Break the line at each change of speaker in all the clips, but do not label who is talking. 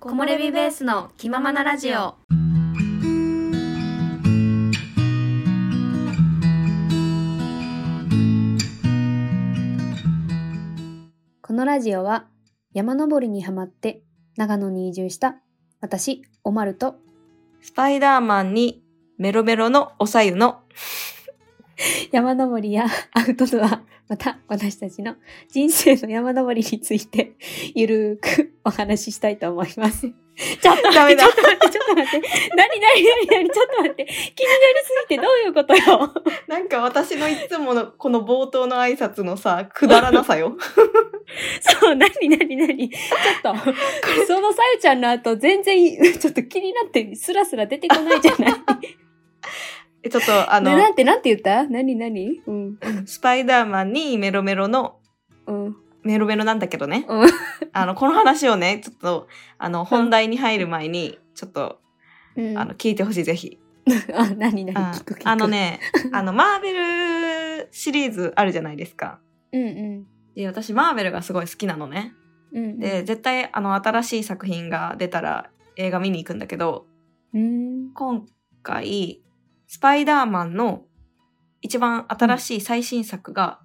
木漏れ日ベースの気ままなラジオ。
このラジオは山登りにハマって長野に移住した私おまると
スパイダーマンにメロメロのおさゆの
山登りやアウトドアまた私たちの人生の山登りについてゆるーくお話ししたいと思い ます。ちょっと
ダ
待
メ
って、
だ
ちょっと待って、ちょっと待って。なになになになに、ちょっと待って。気になりすぎてどういうことよ。
なんか私のいつものこの冒頭の挨拶のさ、くだらなさよ。
そう、なになになに。ちょっと、そのさゆちゃんの後全然、ちょっと気になってスラスラ出てこないじゃない。
えちょっとあ
なな
の、
んて、なんて言ったなになにうん。
スパイダーマンにメロメロの
うん。
メロメロなんだけどね。
うん
あの、この話をね、ちょっと、あの、本題に入る前に、ちょっと、
うん
あの、聞いてほしい、ぜひ。
あ、何
うん
々聞く聞く。
あの。ね、あの、マーベルシリーズあるじゃないですか。
うんうん。
で、私、マーベルがすごい好きなのね。
うんうん、
で、絶対、あの、新しい作品が出たら映画見に行くんだけど、
うん。
今回、スパイダーマンの一番新しい最新作が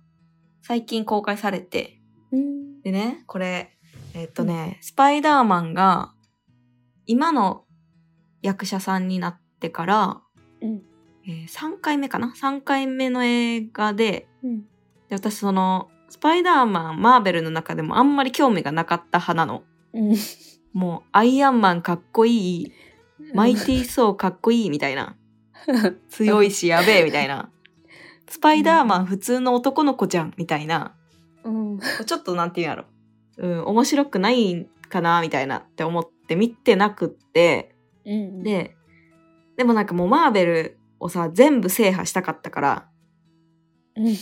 最近公開されて、
うん。
でね、これ、えっとね、スパイダーマンが今の役者さんになってから、
うん。
え3回目かな ?3 回目の映画で、
うん。
で私その、スパイダーマン、マーベルの中でもあんまり興味がなかった派なの。
うん。
もう、アイアンマンかっこいい、マイティー・ソーかっこいいみたいな。強いしやべえみたいな。スパイダーマン普通の男の子じゃんみたいな。
うん。
ちょっとなんて言うんやろ。うん、面白くないんかなみたいなって思って見てなくって。
うん。、
で、でもなんかもうマーベルをさ、全部制覇したかったから、
うん。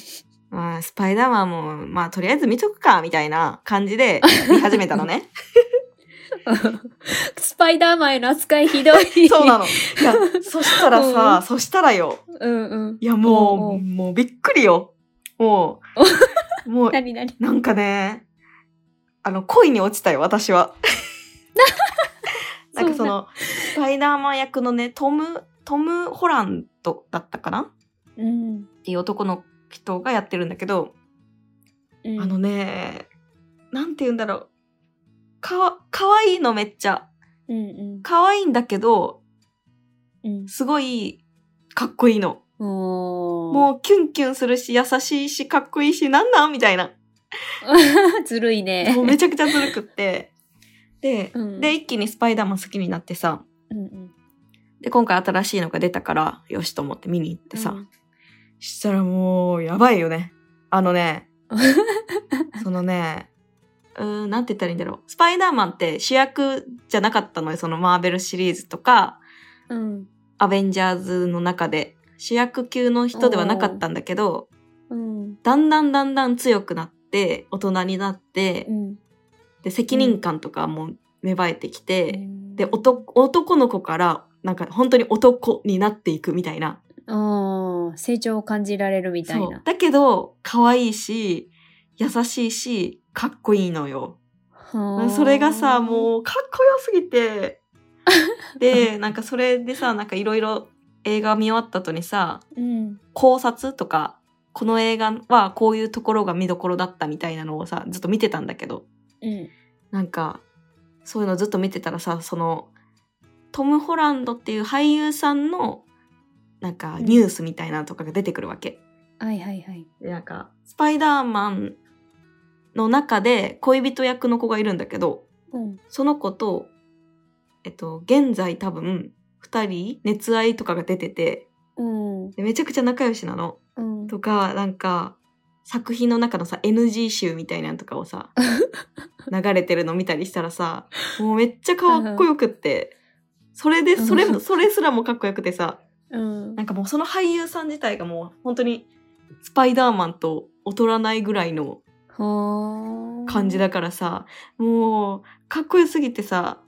まあ、スパイダーマンも、まあ、とりあえず見とくか、みたいな感じで見始めたのね。
スパイダーマンへの扱いひどい。
そうなの。いや、そしたらさ、そしたらよ、
うんうん。
いやも
おう
う、
おう
もうびっくりよ。も う、もう、
なになに
なんかね、あの、恋に落ちたよ、私 は。なんかその、スパイダーマン役のね、トム、トム・ホランドだったかな
うん。
っていう男の人がやってるんだけど、
うん。
あのね、なんて言うんだろう。かわ、かわいいのめっちゃ。
うんうん。
かわいいんだけど、
うん。
すごい、かっこいいの。
おー。
もうキュンキュンするし、優しいし、かっこいいし、なんなんみたいな。
ずるいね
も。うめちゃくちゃずるくって。で、
うん
で、一気にスパイダーマン好きになってさ、
うんうん。
で、今回新しいのが出たから、よしと思って見に行ってさ、
うん
したらもう、やばいよね。あの ね、そのね、うーん、なんて言ったらいいんだろう。スパイダーマンって主役じゃなかったのよ、そのマーベルシリーズとか、
うん。
アベンジャーズの中で、主役級の人ではなかったんだけど、
うん。
だんだんだんだん強くなって、大人になって
う、ん。
で、責任感とかも芽生えてきて、で
お
男男の子からなんか本当に男になっていくみたいな
あー成長を感じられるみたい
そう
な。
だけど可愛いし優しいしかっこいいのよ
はー
それがさもうかっこよすぎ てでなんかそれでさなんかいろいろ映画見終わった後にさ
うん。
考察とかこの映画はこういうところが見どころだったみたいなのをさずっと見てたんだけど
うん。
なんか、そういうのずっと見てたらさ、その、トム・ホランドっていう俳優さんの、なんか、
うん
ニュースみたいなのとかが出てくるわけ。
はいはいはい。
でなんか、スパイダーマンの中で恋人役の子がいるんだけど、
うん。
その子と、えっと、現在多分、二人、熱愛とかが出てて、
うん。
でめちゃくちゃ仲良しなの。
うん。
とか、なんか、作品の中のさ、NG 集みたいなのとかを さ、流れてるの見たりしたらさ、もうめっちゃかっこよくって、それで、それも、それすらもかっこよくてさ、
うん
なんかもうその俳優さん自体がもう本当に、スパイダーマンと劣らないぐらいの
は
感じ
だ。
だからさ、もう、かっこよすぎてさ、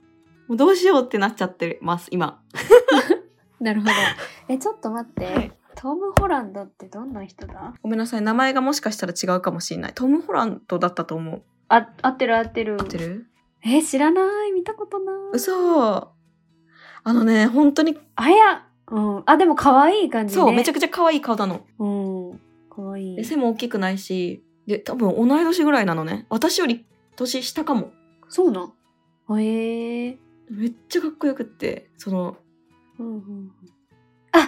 もうどうしようってなっちゃってます、今。
なるほど。え、ちょっと待って。
はい
トム・ホランドってどんな人だ
ごめんなさい、名前がもしかしたら違うかもしれない。トム・ホランドだったと思う。
あ、合ってる合ってる。
合ってる
えー知らない見たことない
嘘あのね本当に
あやうんあでも可愛い感じね
そう、めちゃ
くち
くちゃ可愛い顔なの
ゃうん可愛い
で背も大きくないしで多分同い年ぐらいなのね私より年下かも
そうなんへえー、
めっちゃかっこよくってそ の
うんうんうんあ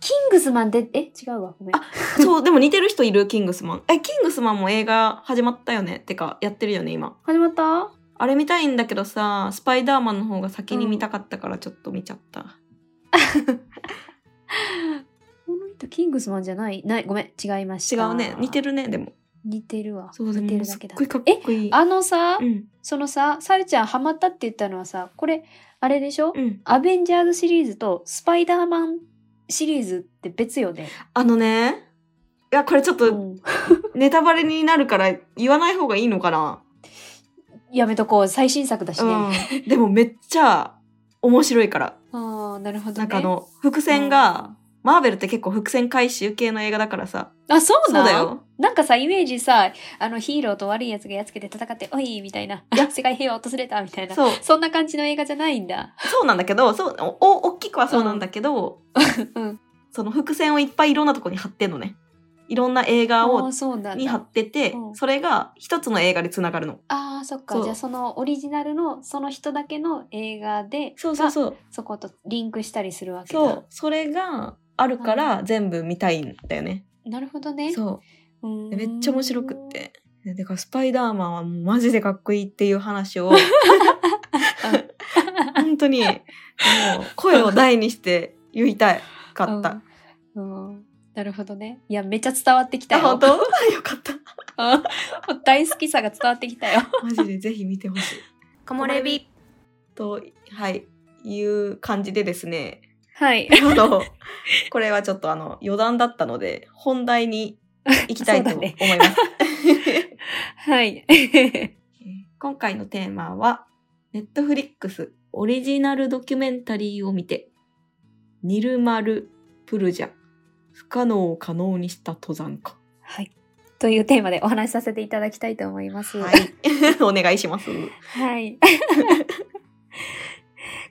キングスマンでえ違うわごめん
あそうでも似てる人いるキングスマンえキングスマンも映画始まったよねてかやってるよね今
始まった
あれ見たいんだけどさスパイダーマンの方が先に見たかったからちょっと見ちゃった、
この人キングスマンじゃないないごめん違いまし
違
た
うね似て
る
るねでも
似てるわ
そうで
似て
も
る
す
だ
っ
けだ
ごいかっ
え
こいい
あのさ、
うん
そのさサルちゃんハマったって言ったのはさこれあれでしょ、
うん
アベンジャーズシリーズとスパイダーマンシリーズって別よね、
あのねいやこれちょっ
う
と
ん、
ネタバレになるから言わない方がいいのかな、
やめとこう最新作だしね、
うん、でもめっちゃ面白いから
ああなるほど、ね、
なんかあの伏線が、マーベルって結構伏線回収系の映画だからさ
あそう
そう
なん
だよ
なんかさイメージさあのヒーローと悪いやつがやっつけて戦って「おい!」みたいな「
いや
世界平和訪れた」みたいなそ
そうん
な感じの映画じゃないんだ
そうなんだけどそうおお大きくはそうなんだけど、
うんうん
その伏線をいっぱいいろんなとこに貼ってんのねいろんな映画
あ
を
ーそうなん
に貼
だ
ってて、
うん
それが一つの映画でつながるの
あーそっか
そう
じゃあそのオリジナルのその人だけの映画で
そうそうそう
がそことリンクしたりするわけだ
そうそれがあるから全部見たいんだよね、
なるほどね
そう
うーん
でめっちゃ面白くってでだからスパイダーマンはもうマジでかっこいいっていう話 を本当にもう声を大にして言いたかった、
うん、うんなるほどねいやめっちゃ伝わってきた
あ
よ
本当 よかった
うん大好きさが伝わってき たよ
マジでぜひ見てほしい
木漏れ日。
とはいいう感じでですね
はい
あのこれはちょっとあの余談だったので本題に行きたいと
そうだ
思い
ね
ます、
はい
えー今回のテーマは、ネットフリックスオリジナルドキュメンタリーを見て、ニルマル・プルジャ、不可能を可能にした登山家。
はいというテーマでお話しさせていただきたいと思います
はい。 お願いします。
はい。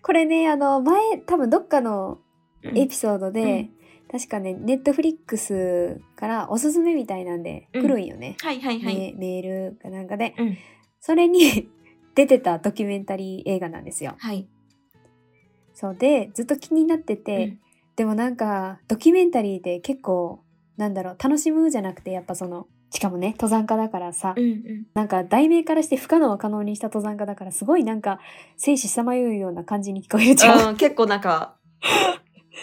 これね、あの、前、多分どっかのエピソードで、確かね、ネットフリックスからおすすめみたいなんで
うん
来るんよね。
はいはいはい。
メメールかなんかで。
うん
それに 出てたドキュメンタリー映画なんですよ。
はい。
そうで、ずっと気になってて、
うん
でもなんか、ドキュメンタリーで結構、なんだろう、楽しむじゃなくて、やっぱその、しかもね、登山家だからさ、
うんうん。
なんか題名からして不可能は可能にした登山家だからすごいなんか生死さまようような感じに聞こえるじゃん。
うん結構なんか、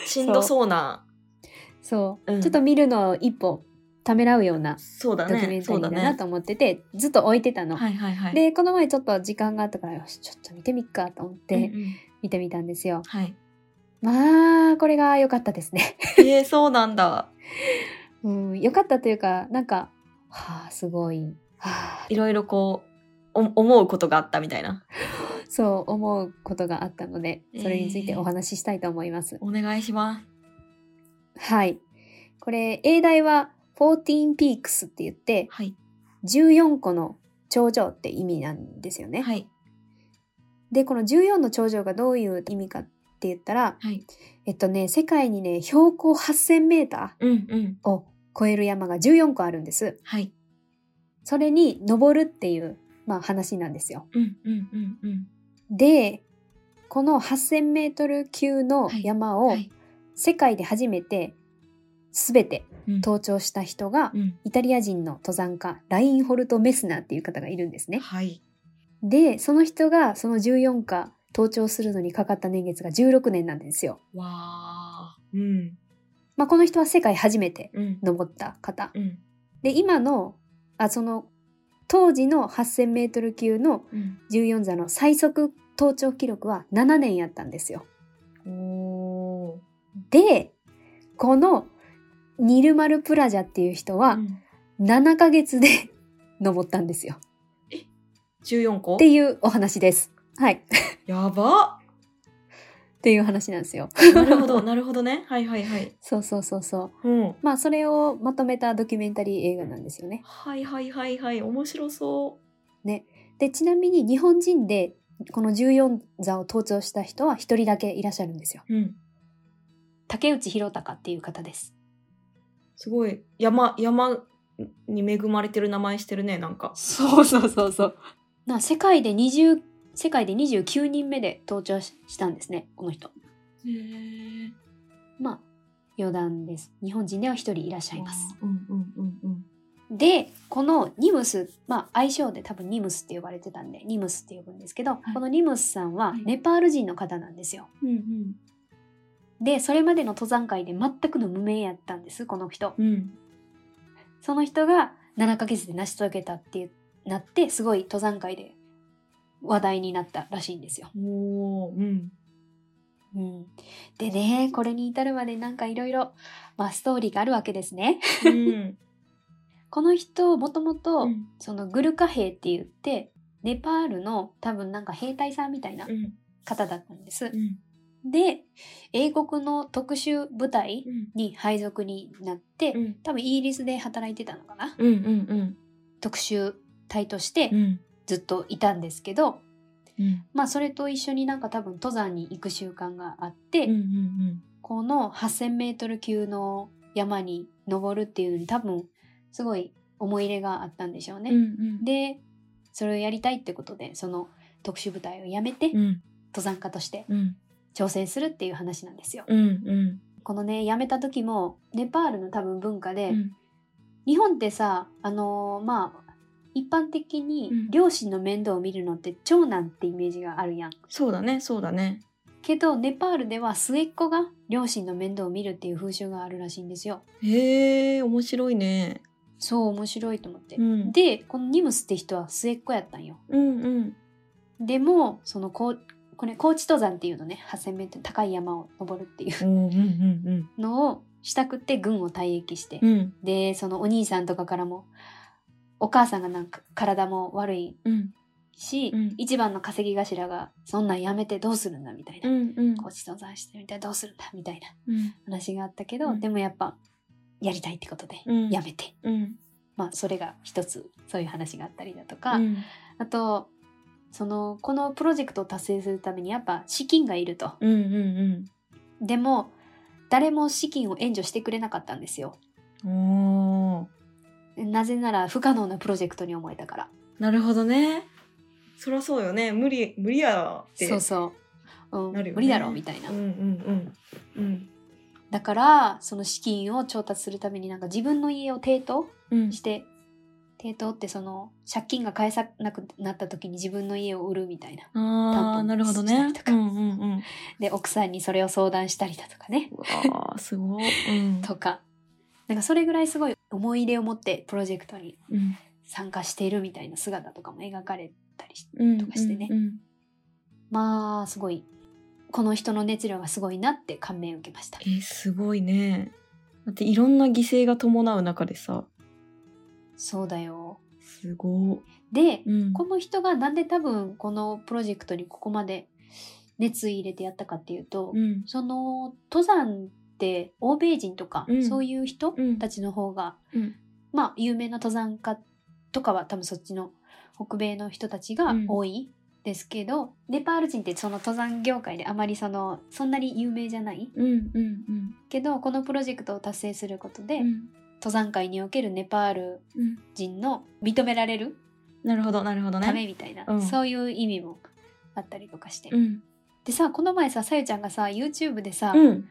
しんどそうな、
そう、
うん
ちょっと見るのを一歩ためらうような
そうだ
ドキュメ
ね。
ンタ
そう
リー
だ
だな
ね。
と思ってて、ずっと置いてたの。
はいはいはい。
でこの前ちょっと時間があったからよしちょっと見てみっかと思っ
うんう
て
ん
見てみたんですよ。
はい。
まあこれが良かったですね。
えー、そうなんだ。
うん良かったというかなんかはあすごいはあ
いろいろこう、お思うことがあったみたいな。
そう思うことがあったのでそれについてお話ししたいと思います。
お願いします。
はい。これ、英題は14 peaks って言って、
はい。
14個の頂上って意味なんですよね。
はい。
で、この14の頂上がどういう意味かって言ったら、
はい。
えっとね、世界にね、標高8000メータ
うんうん。
ーを超える山が14個あるんです。
はい。
それに登るっていう、まあ話なんですよ。
うんうんうんうん。
で、この8000メートル級の山を
はい。
世界で初めて全て
うん
登頂した人が
うん。
イタリア人の登山家ラインホルト・メスナーっていう方がいるんですね。
はい。
でその人がその14か登頂するのにかかった年月が16年なんですよ。
わあ。うん。
まあ、この人は世界初めて
うん。
登った方。
うん。
で今のあその当時の 8,000m 級の
うん。
14座の最速登頂記録は7年やったんですよ。
おお。
でこのニルマル・プラジャっていう人は7ヶ月で登ったんですよ。
十四個
っ。ていうお話です。はい。
や ば。
っていう話なんですよ。
なるほど、なるほどね。はいはいはい。
そうそうそうそう。
うん。
まあそれをまとめたドキュメンタリー映画なんですよね。
はいはいはいはい、面白そ
ね。でちなみに日本人でこの14座を登頂した人は一人だけいらっしゃるんですよ
うん。
竹内宏隆っていう方です
すごい、山、山に恵まれてる名前してるね、なんか。
そうそうそうそうな世界で20世界で29人目で登頂ししたんですねこの人
へえ。
まあ余談です日本人では一人いらっしゃいます
うんうんうんうん。
でこのニムス、まあ、愛称で多分ニムスって呼ばれてたんでニムスって呼ぶんですけど、
い
このニムスさんは
はい
ネパール人の方なんですよ。
うんうん。
でそれまでの登山界で全くの無名やったんですこの人。
うん。
その人が7ヶ月で成し遂げたってなってすごい登山界で話題になったらしいんですよ。
おー、うん。
うん、でねこれに至るまでなんかいろいろストーリーがあるわけですね。
うん。
この人もともと、
うん
そのグルカ兵って言ってネパールの多分なんか兵隊さんみたいな
うん。
方だったんです
う。ん。
で英国の特殊部隊に配属になって
うん。
多分イギリスで働いてたのかな
うんうんうん
特殊隊として
うん
ずっといたんですけど
うん
まあそれと一緒になんか多分登山に行く習慣があって、
うんうん
この 8,000m 級の山に登るっていうのに多分すごい思い入れがあったんでしょうね。
うんうん
でそれをやりたいってことでその特殊部隊を辞めて
う
登
ん
山家として
うん
挑戦するっていう話なんですよ。
うんうん
このね辞めた時もネパールの多分文化で、
うん
日本ってさあのーまあ一般的に
うん
両親の面倒を見るのって長男ってイメージがあるやん。
そうだねそうだね
けどネパールでは末っ子が両親の面倒を見るっていう風習があるらしいんですよ。
へえ面白いね
そう面白いと思って。
うん
でこのニムスって人は末っ子やったんよ。
うんうん
でもそのこうこれ高知登山っていうのね 8,000m 高い山を登るっていう
おーうんうん
のをしたくて軍を退役して、
うんうん
でそのお兄さんとかからもお母さんがなんか体も悪い
うん
し、
うん
一番の稼ぎ頭がそんなんやめてどうするんだみたいな、
うんうん
高知登山してみたいどうするんだみたいな
うん
話があったけど、
うん
でもやっぱやりたいってことで
うん
やめて、
うん
まあそれが一つそういう話があったりだとか、
うん
あとそのこのプロジェクトを達成するためにやっぱ資金がいると。
うんうん
でも誰も資金を援助してくれなかったんですよ。
うんおー
なぜなら不可能なプロジェクトに思えたから。
なるほどねそりゃそうよね無理無理やって
そうそう。うん
なるよね
無理だろうみたいな、
うんうんうん
だからその資金を調達するためになんか自分の家を抵当
うんうん
して抵当ってその借金が返さなくなった時に自分の家を売るみたいな
あーなるほどね
担保したりと
う
か
んうんうん
で奥さんにそれを相談したりだとかね
うわーすごいうん
とかなんかそれぐらいすごい思い入れを持ってプロジェクトに
うん
参加しているみたいな姿とかも描かれたりして
うん
とかしてね
うんうん
まあすごいこの人の熱量がすごいなって感銘を受けました
えーすごいねだっていろんな犠牲が伴う中でさ
そうだよ
すご
で、
い、うん
この人がなんで多分このプロジェクトにここまで熱意入れてやったかっていうと、
うん
その登山って欧米人とか、
うん
そういう人
うん
たちの方が、
うん
まあ有名な登山家とかは多分そっちの北米の人たちが多いですけど、ネパール人ってその登山業界であまりそのそんなに有名じゃない
うんうんうん
けどこのプロジェクトを達成することで、
うん
登山界におけるネパール
うん
人の認められる
なるほどなるほど
ため
ね
みたいな、
うん
そういう意味もあったりとかして、
うん
でさこの前ささゆちゃんがさ YouTube でさ、
うん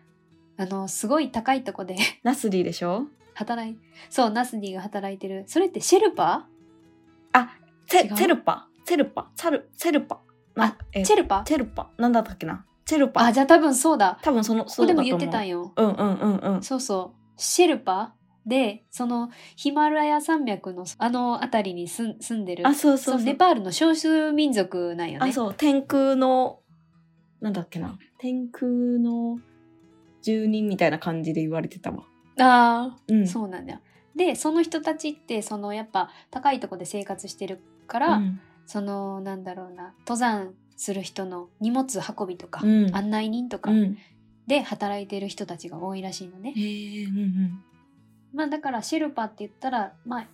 あのすごい高いとこで
ナスリーでしょ
働いそうナスニーが働いてるそれってシェルパ
チ
違う
ェチェルパチェルパチャルチェルパなえー
チェルパ
チェルパなんだったっけなチェルパ
あじゃあ多分そうだ
多分その
こ
そ
こ
う
で
だ
も
と
言
思う
ってたんよ
うんうんうんうん
そうそうシェルパでそのヒマラヤ山脈のあの辺りに住ん住んでる
あそうそ
そ
う
のネ
そう
パールの少数民族なんよね
あそう天空のなんだっけな天空の住人みたいな感じで言われてたわ
あー
うん
そうなんだよ。でその人たちってそのやっぱ高いとこで生活してるから、
うん
そのなんだろうな登山する人の荷物運びとか、
うん
案内人とか
うん
で働いてる人たちが多いらしいのね。
へえうん
まあだからシェルパって言ったらまあ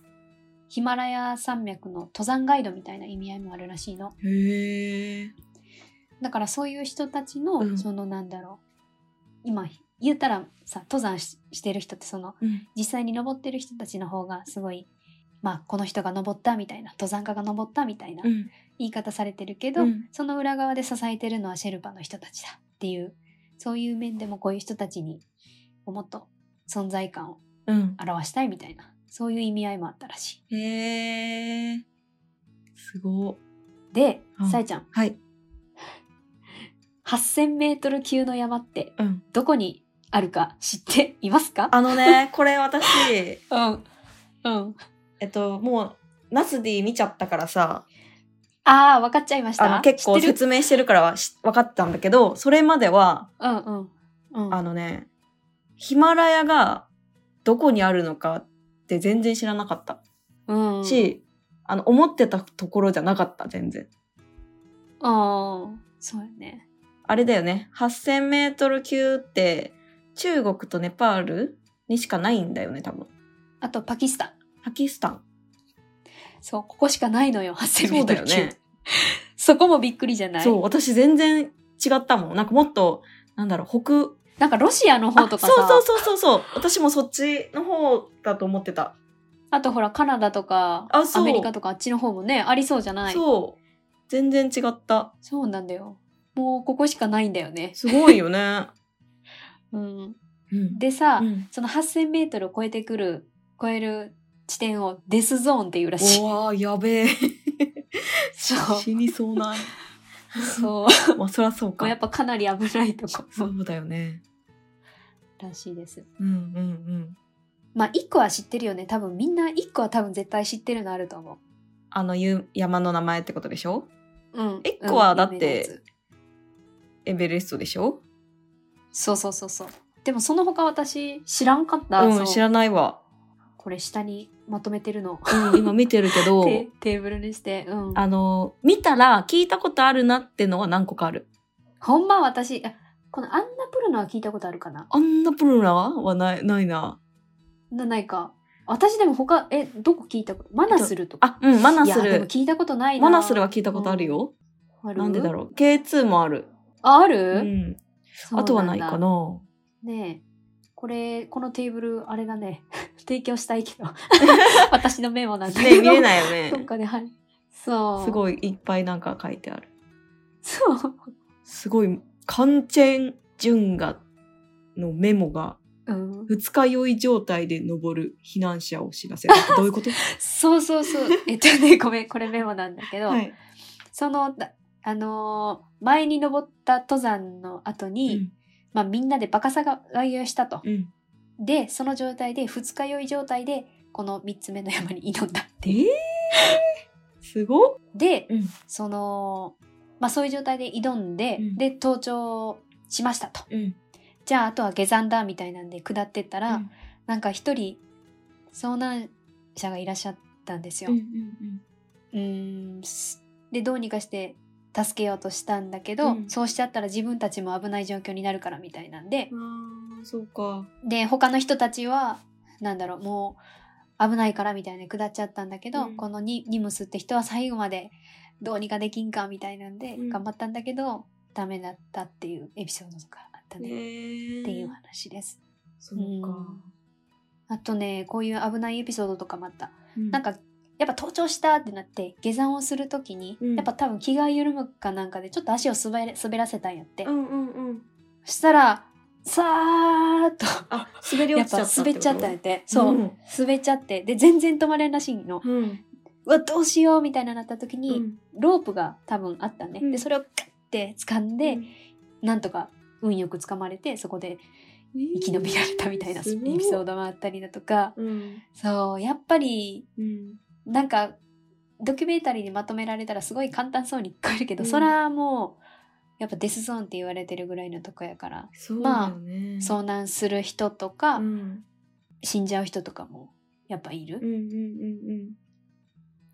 ヒマラヤ山脈の登山ガイドみたいな意味合いもあるらしいの。
へえ。
だからそういう人たちの、
うん
そのなんだろう今言ったらさ登山ししてる人ってその
うん
実際に登ってる人たちの方がすごいまあこの人が登ったみたいな登山家が登ったみたいな
うん。
言い方されてるけど、
うん
その裏側で支えてるのはシェルパの人たちだっていうそういう面でもこういう人たちにもっと存在感を
うん。
表したいみたいなそういう意味合いもあったらしい。
へえ。すご。
で、
うん
さえちゃん
はい。
8,000m 級の山って
うん。
どこにあるか知っていますか
あの ね、これ私、
うん。うん。
えっと、もう、ナスディ見ちゃったからさ、
ああ、分かっちゃいました。
あの、結構
知ってる
説明してるからはし分かったんだけど、それまでは、
うんうん。うん、
あのね、ヒマラヤがどこにあるのかって全然知らなかった
うん、
し、あの、思ってたところじゃなかった、全然。
ああ、そうよね。
あれだよね、8000メートル級って、中国とネパールにしかないんだよね、多分。
あと、パキスタン。
パキスタン。
そう、ここしかないのよ、8000メ
そ
ー
うだ
トル
よ
級。
ね。
そこもびっくりじゃない
そう、私全然違ったもん。なんかもっと、なんだろう、北、
なんかロシアの方とかさ、
あそうそうそうそうそう。私もそっちの方だと思ってた。
あとほら、カナダとか、
あそ
ア
う
メリカとかあっちの方もね、ありそうじゃないそう
そう。全然違った。
なんだよ。もうここしかないんだよね。
すごいよ ね。
うん、
うん
でさ、
うん
その8000メートルを超えてくる、超える地点をデスゾーンっていうらしい。
うわーやべえ。
そう。
死にそうな。
そ う。
まあ、そりゃそう
も
か
うや。っぱかなり危ないとこ
そうだよね。
らしいです。
うんうんうん。
まあ一個は知ってるよね。多分みんな一個は多分絶対知ってるのあると思
あのゆ山の名前ってことでしょ
う。うん。
一個は
うん
だって。
有名なやつ
エベレストでしょ
そうそうそうそう。でもその他私知らんかった。
う
そ
ん、
う
知らないわ。
これ下にまとめてるの。
うん、今見てるけど、
テテーブルにして。うん。
あの、見たら聞いたことあるなってのは何個かある。
ほんま私、あこのアンナプルナは聞いたことあるかな
あんなプルナはない、ないな。
なないか。私でも他、え、どこ聞いたことマナスルとか。
あ、うん、マナ
い
ス
やでも
ル。
聞いたことないな。
マナスルは聞いたことあるよ。
ある。
なんでだろう。K2 もある。
あある、
うん。
そう
あ
んだ
とはないかな。
ねえこれこのテーブルあれだね 提供したいけ ど私のメモなんだけ
ね、
ど
見れないよ
どっ
ね。
かではいそう
す
い
ごいいっぱいなんか書いてある。
そう
すごい、カンチェン・ジュンガのメモが、
うん、
二日酔い状態で登る避難者を知らせる。 どういうこと
そうそ うそうえっとねごめんこれメモなんだけど、
はい。
そのだあのー前に登った登山の後
う
に、
ん。
まあ、みんなでバカさが外遊したと、
うん
でその状態で二日酔い状態でこの3つ目の山に挑んだって
えー、
いう
すごっ
で、
うん
そのまあそういう状態で挑んで、
うん
で登頂しましたと
うん。
じゃああとは下山だみたいなんで下ってったら、
うん
なんか一人遭難者がいらっしゃったんですよ。
うんう
うんーんすでどうにかして助けようとしたんだけ
う
ど、
ん
そうしちゃったら自分たちも危ない状況になるからみたいなんで
うん。ああ、そうか。
で他の人たちはなんだろうもう危ないからみたいな下っちゃったんだけど、
うん
このニニムスって人は最後までどうにかできんかみたいなんで
うん
頑張ったんだけど、ダメだったっていうエピソードとかあった
ね
ね、
え。
っていう話です。
そうか。
あとねこういう危ないエピソードとかもあった
な
なん、かやっぱ登頂したってなって下山をする時に、
うん
やっぱ多分気が緩むかなんかでちょっと足を滑れ滑らせたんやって、
うんうんうん。
そしたらさーっと
あ、滑り
や
落
っ
ちちゃ
ぱ
ったこ
滑っ
と
ちゃったんやってそう、
ん
滑っちゃってで全然止まれんらしいの、う
うん。
わどうしようみたいななった時に、
うん
ロープが多分あったね、
うん
でそれをガッて掴んで、なんとか運よく掴まれてそこで生き延びられたみたいなエピソー
ド。
ドもあったりだとか
うん。
そうやっぱり
うん。
なんかドキュメンタリーにまとめられたらすごい簡単そうに聞こえるけど、
うん
それはもうやっぱデスゾーンって言われてるぐらいのとこやから
そうだよね。
遭難する人とか、
うん。
死んじゃう人とかもやっぱいる、
うんうんうんうん。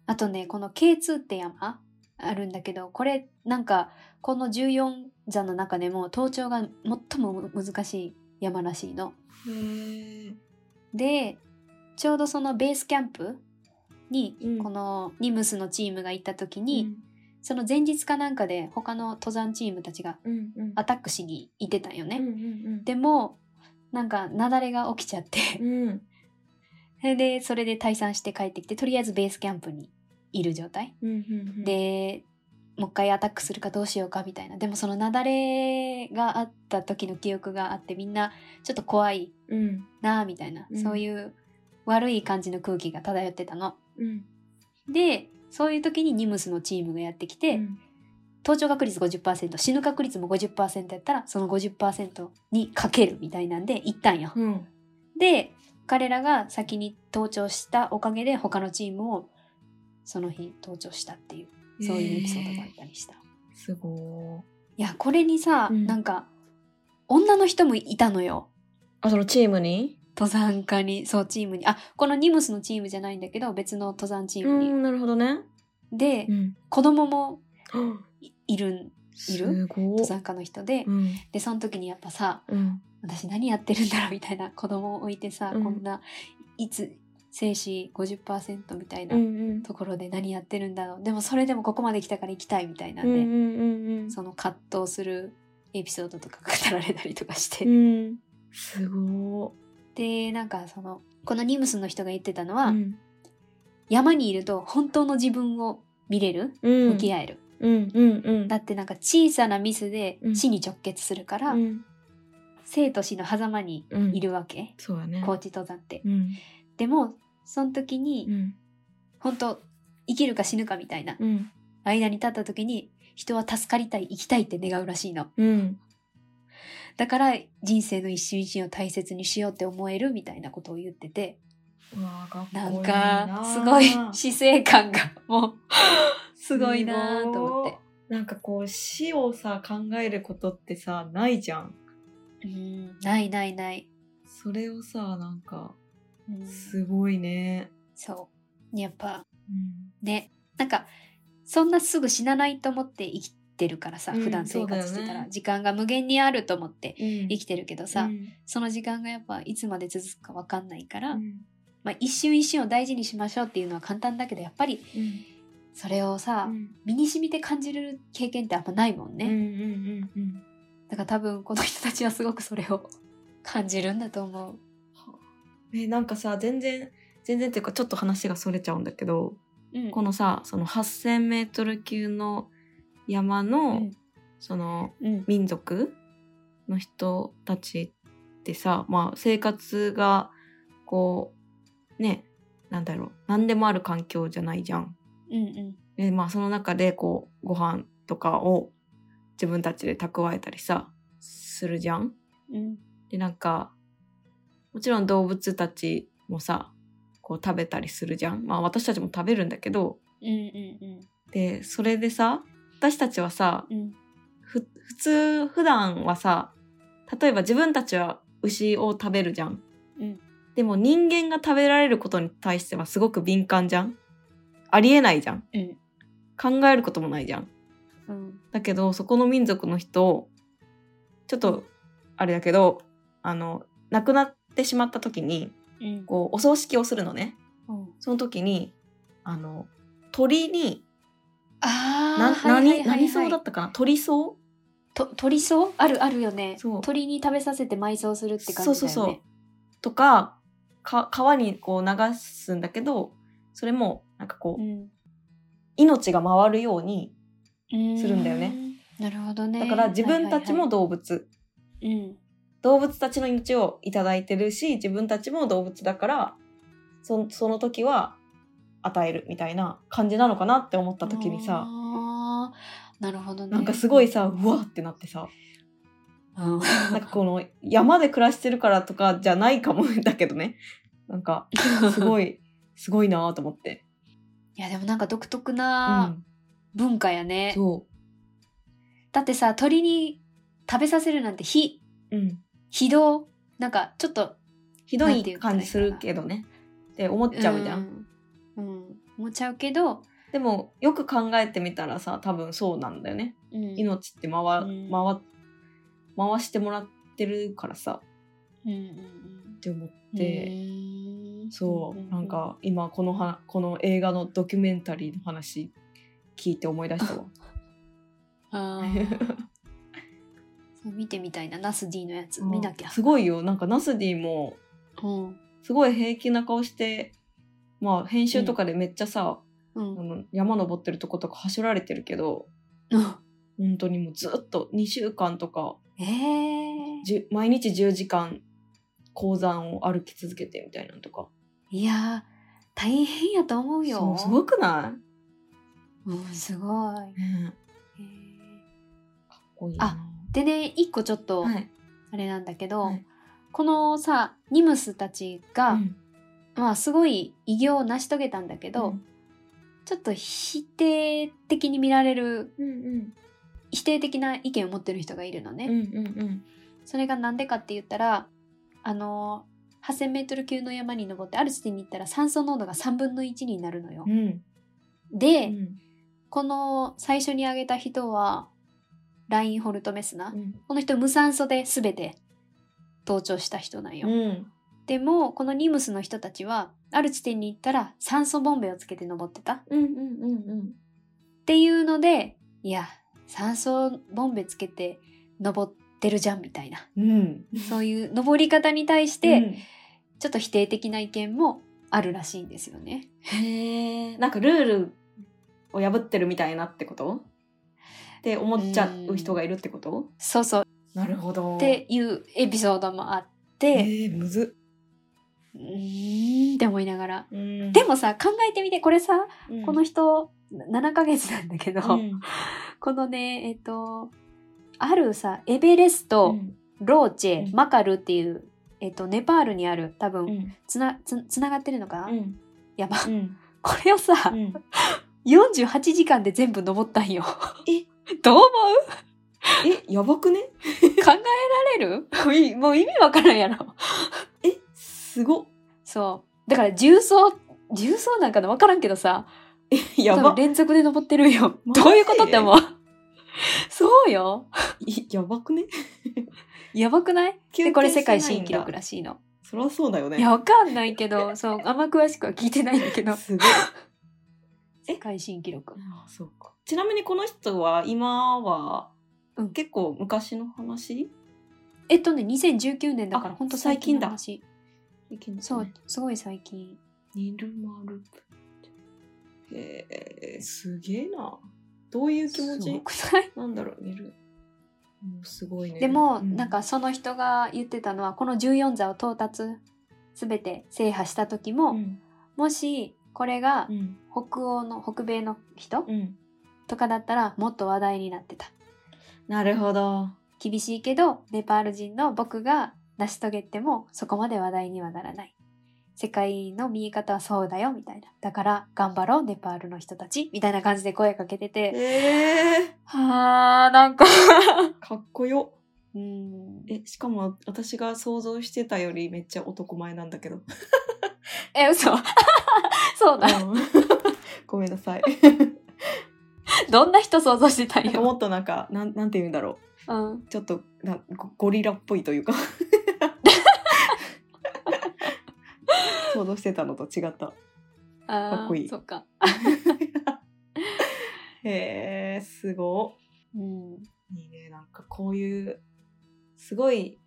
あとねこの K2 って山あるんだけどこれなんかこの14座の中でも登頂が最も難しい山らしいの。
へえ。
でちょうどそのベースキャンプに、
うん
このニムスのチームが行った時に、その前日かなんかで他の登山チームたちが
うんうん
アタックしに行ってたんよね。
うんうん
でもなんか雪崩が起きちゃって
うんうん
それ でそれで退散して帰ってきてとりあえずベースキャンプにいる状態、
うんうん
でもう一回アタックするかどうしようかみたいなでもその雪崩があった時の記憶があってみんなちょっと怖い
うん
なあみたいな、
うん
そういう悪い感じの空気が漂ってたの。
うん
でそういう時にニムスのチームがやってきて、
うん
登頂確率50%死ぬ確率も50%やったらその50%にかけるみたいなんで行ったんよ。
うん
で彼らが先に登頂したおかげで他のチームをその日登頂したっていうそういうエピソードがあったりした。
すごー
いやこれにさ、
うん
なんか女の人もいたのよ
あそのチームに
登山家にそうチームにあこのニムスのチームじゃないんだけど別の登山チー
う
ムに。
んなるほどね
で、
うん
子供も
あ
いいるんいる
すご
登
ー
山家の人で、
うん
でその時にやっぱさ
うん
私何やってるんだろうみたいな子供を置いてさ、
うん
こんないつ精子50%みたいな
うん
ところで何やってるんだろうでもそれでもここまで来たから行きたいみたいな
うんうんん
で、
うんうん
その葛藤するエピソードとか語られたりとかして、
うんすご
でなんかそのこのニムスの人が言ってたの
ー
は、
うん
山にいると本当の自分を見れる
向
向き合える、
うんうんうん
だってなんか小さなミスで
うん
死に直結するから、
うん
生と死の狭間に
うん
いるわけ、
そうだね
高知登山って、
うん
でもその時に、
うん
本当生きるか死ぬかみたいな
うん
間に立った時に人は助かりたい生きたいって願うらしいの
うん
だから人生の一瞬一瞬を大切にしようって思えるみたいなことを言ってて
うわーかっこいい
なんかすごい死生観がもう すごいなと思って
なんかこう死をさ考えることってさないじゃん
うんないないない、
それをさなんか
うん
すごいね
そうやっぱ
うん
ねなんかそんなすぐ死なないと思って生きてるからさ、
うん
普段生活して
そう
た
だ
ら、
よね
時間が無限にあると思って生
生
きてるけどさ、
うん
その時間がやっぱいつまで続くかわかんないから、
うん
まあ、一瞬一瞬を大事にしましょうっていうのは簡単だけどやっぱり
うん
それをさ、
うん
身に染みて感じれる経験ってあんまないもん
うんうん
ね、
うんうん
だから多分この人たちはすごくそれを感じるんだと思う
えなんかさ全然全然っていうかちょっと話がそれちゃうんだけど、
うん
このさその 8,000m 級の山の、
うん
その
うん
民族の人たちってさ、まあ、生活がこうねなんだろう何でもある環境じゃないじゃん。
うんうん
でまあその中でこうご飯とかを自分たちで蓄えたりさするじゃん。
うん
でなんかもちろん動物たちもさこう食べたりするじゃん。まあ私たちも食べるんだけど
うんうん
でそれでさ私たちはさ
うんうん
ふ普通普段はさ例えば自分たちは牛を食べるじゃん、
うん
でも人間が食べられることに対してはすごく敏感じゃんありえないじゃん
うん
考えることもないじゃん
うん
だけどそこの民族の人ちょっとあれだけどあの亡くなってしまった時に
うん
こうお葬式をするのね
うん
その時にあの鳥に
あー
な
はいはいはいは
何
い
何層だったかな鳥層
と鳥草あるあるよね
そう
鳥に食べさせて埋葬するって感じだよ
そ
ね
うそうそうとかか川にこう流すんだけどそれもなんかこう、
うん
命が回るように
うん
するんだよね
なるほどね
だから自分たちも
は
動物、
いはいはいうん
動物たちの命をいただいてるし自分たちも動物だからそその時は与えるみたいな感じなのかなって思った時にさ
あーなるほどね
なんかすごいさうわってなってさ
うん
なんかこの山で暮らしてるからとかじゃないかもだけどねなんかすご いすごいなと思って。
いやでもなんか独特
う、
なん文化やね、
そ
だってさ鳥に食べさせるなんて非
う、うん、
非道なんかちょっと
ひどい感じするけどねって思っちゃうじゃん、
うん、うん思っちゃうけど、
でもよく考えてみたらさ多分そうなんだよね
うん、
命って回,、
うん
回回してもらってるからさ
うんうんうん
って思っ
う
て、
ーん
そううんなんか今このはこの映画のドキュメンタリーの話聞いて思い出した わ
あ ーそう見てみたいなナス D のやつ見なきゃ、
すごいよなんかナスディも
うん
すごい平気な顔してまあ編集とかでめっちゃさ、
うん
あの山登ってるとことか走られてるけど本当にもうずっと2週間とか
えー、
じゅ毎日10時間鉱山を歩き続けてみたいなのとか
いやー大変やと思うよ
そうすごくな
うん、すごい、
い、ね
えー
かっこいいな
でね一個ちょっと
はい
あれなんだけど、
はい
このさニムスたちが、
うん
まあすごい偉業を成し遂げたんだけど、ちょっと否定的に見られる
うんうん
否定的な意見を持ってる人がいるのね、
うんうんうん
それがなんでかって言ったらあの 8,000m 級の山に登ってある地点に行ったら酸素濃度が3分の1になるのよ
う。ん
で、
うん
この最初に挙げた人はラインホルト・メスナ、
うん
この人無酸素で全て登頂した人なんよ。
うん
でもこのニムスの人たちはある地点に行ったら酸素ボンベをつけて登ってたっ
うんうんうん
ていうのでいや酸素ボンベつけて登ってるじゃんみたいな
うん
そういう登り方に対して、ちょっと否定的な意見もあるらしいんですよね。
へえんかルールを破ってるみたいなってことって思っちゃう人がいるってこと
そうそう
なるほど
っていうエピソードもあって、
えー、むず
うーんって思いながら。
うん
でもさ考えてみてこれさ、
うん
この人7ヶ月なんだけど、
うん
このねえっ、とあるさエベレスト、ローチェ、
うん
マカルっていう、えっと、ネパールにある多分、
うん
つなつつながってるのかな、
うん
山、
うん
これをさ、
うん
48時間で全部登ったんよ。え どう思
えやばくね
う考えられるいもう意味わからんやろ。
えすごっ
そうだから重曹重曹なんかなわからんけどさ
やば
多分連続で登ってるんよ。
マジ
どういうことって思う そうよ。
いやばくね
やばくないでこれ世界新記録
だ
らしいの。
そりゃそうだよね
いやわかんないけどそうあんま詳しくは聞いてないんだ けど
すごい
世界新記録。
あそうかちなみにこの人は今は
うん
結構昔の話、
えっとね2019年だから
あ
ほんと最近の話
いけます
そ
ね
うすごい最近
ニルマルプへえすげえなどういう気持
すご
ち
くない
なんだろうニルうんすごいね
でも、
う
なんかその人が言ってたのはこの14座を到達全て制覇した時も、
うん
もしこれが
うん
北欧の北米の人
うん
とかだったらもっと話題になってた
なるほど
厳しいけどネパール人の僕が成し遂げてもそこまで話題にはならない世界の見え方はそうだよみたいなだから頑張ろうネパールの人たちみたいな感じで声かけてて
え
はあなんか
ー、かっこよ
うん
えしかも私が想像してたよりめっちゃ男前なんだけど
え嘘 そうだ
うんごめんなさい
どんな人想像してたん
なんか
よ、
もっとなんかなんなんて言うんだろう
うん、
ちょっとなゴゴリラっぽいと いうか想像してたのと違った
あー
かっこいい
そっか、
へえすご
うん、
いいねなんかこういうすごい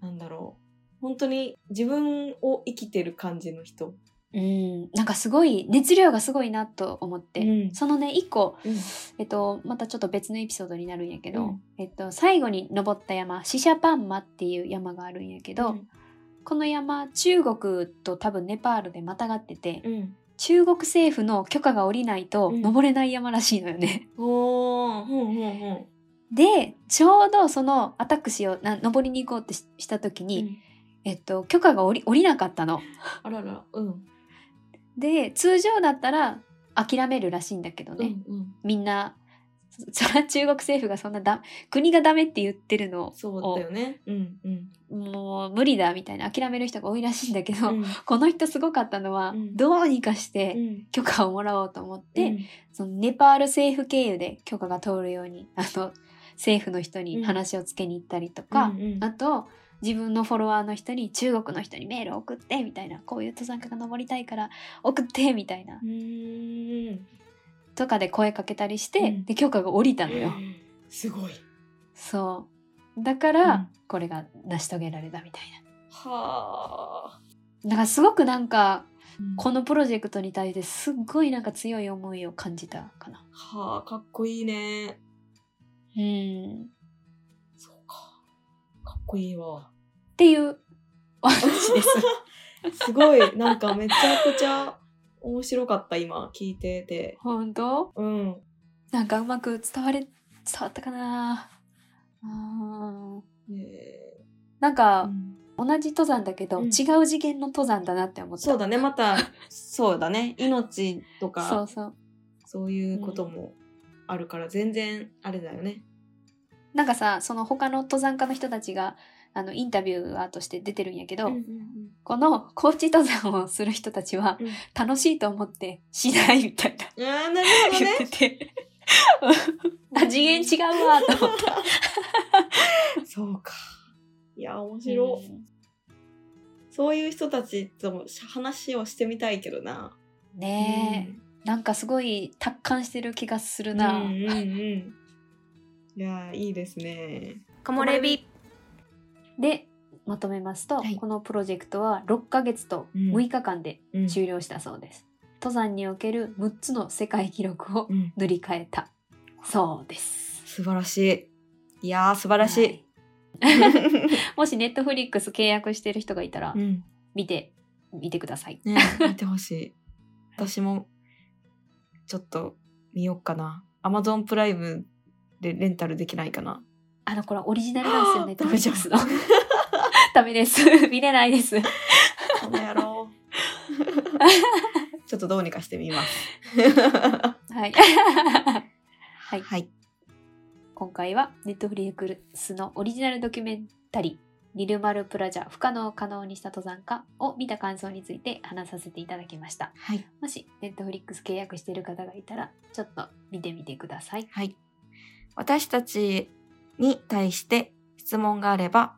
なんだろう本当に自分を生きてる感じの人
うん、なんかすごい熱量がすごいなと思って、
うん
そのね一個、
うん
えっと、またちょっと別のエピソードになるんやけど、
うん
えっと、最後に登った山シシャパンマっていう山があるんやけど、
うん
この山中国と多分ネパールでまたがってて、
うん
中国政府の許可が下りないと
うん
登れない山らしいのよね。
おーほんほんほん
でちょうどそのアタックしような登りに行こうってしした時に、
うん
えっと、許可が下り下りなかったの。
あららうん
で通常だったら諦めるらしいんだけど
う
ね、
んうん
みんなそそら中国政府がそんなだ国がダメって言ってるの
そうだよねうんうん
もう無理だみたいな諦める人が多いらしいんだけど、
うん
この人すごかったのは、
うん
どうにかして
うん
許可をもらおうと思って、
うん
そのネパール政府経由で許可が通るようにあの政府の人に話をつけに行ったりとか、
うんうん
あと自分のフォロワーの人に中国の人にメール送ってみたいなこういう登山家が登りたいから送ってみたいな
うん
とかで声かけたりして、
うん
で許可が下りたのよ。
すごい
そうだか
うん
らこれが成し遂げられたみたい
はあ
な。だからすごくなんかこのプロジェクトに対してすっごいなんか強い思いを感じたかな。
はあかっこいいね
うん
そうかかっこいいわ
っていうお話です。
すごいなんかめちゃくちゃ面白かった今聞いてて
本当
うん
なんかうまく伝われ伝わったかなうん
え
なん
ー
か同じ登山だけど、
うん
違う次元の登山だなって思った
そうだねま たそうだね命とか
そうそう
そういうこともあるから全然あれだよね。
なんかさその他の登山家の人たちがあのインタビュアーとして出てるんやけど、この高知登山をする人たちは、
うん
楽しいと思ってしないみたいな
あーなるほど
言
ね。
っ ててあ次元違うわと思った
そうか。いや面白い、そういう人たちとも話をしてみたいけどな。
ねえ、なんかすごい達観してる気がする
うん
な、
うんうん。いやーいいですね。
木漏れ日。
でまとめますと、
はい
このプロジェクトは6ヶ月と
うん
6日間で
うん
終了したそうです、登山における6つの世界記録を
うん
塗り替えたそうです
素晴らしい。いやー素晴らしい。
はい もしネットフリックス契約してる人がいたら
うん
見て見てください
ね見てほしい。私もちょっと見よっかな。アマゾンプライムでレンタルできないかな。
あのこれオリジナルなんですよねネットフリックス の
ダメ
ダメです 見れないです
この野 郎。ちょっとどうにかしてみます。
は いはい
はい。
今回はネットフリックスのオリジナルドキュメンタリー「ニルマルプラジャ不可能を可能にした登山家」を見た感想について話させていただきました
はい。
もしネットフリックス契約している方がいたらちょっと見てみてください
はい。私たちに対して質問があれば、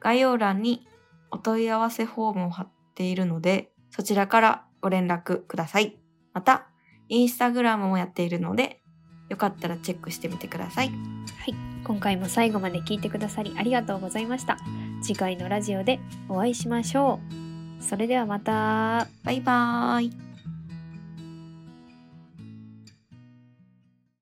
概要欄にお問い合わせフォームを貼っているので、そちらからご連絡ください。また、インスタグラムもやっているので、よかったらチェックしてみてください。
今回も最後まで聞いてくださりありがとうございました次回のラジオでお会いしましょうそれではまた
バイバーイ。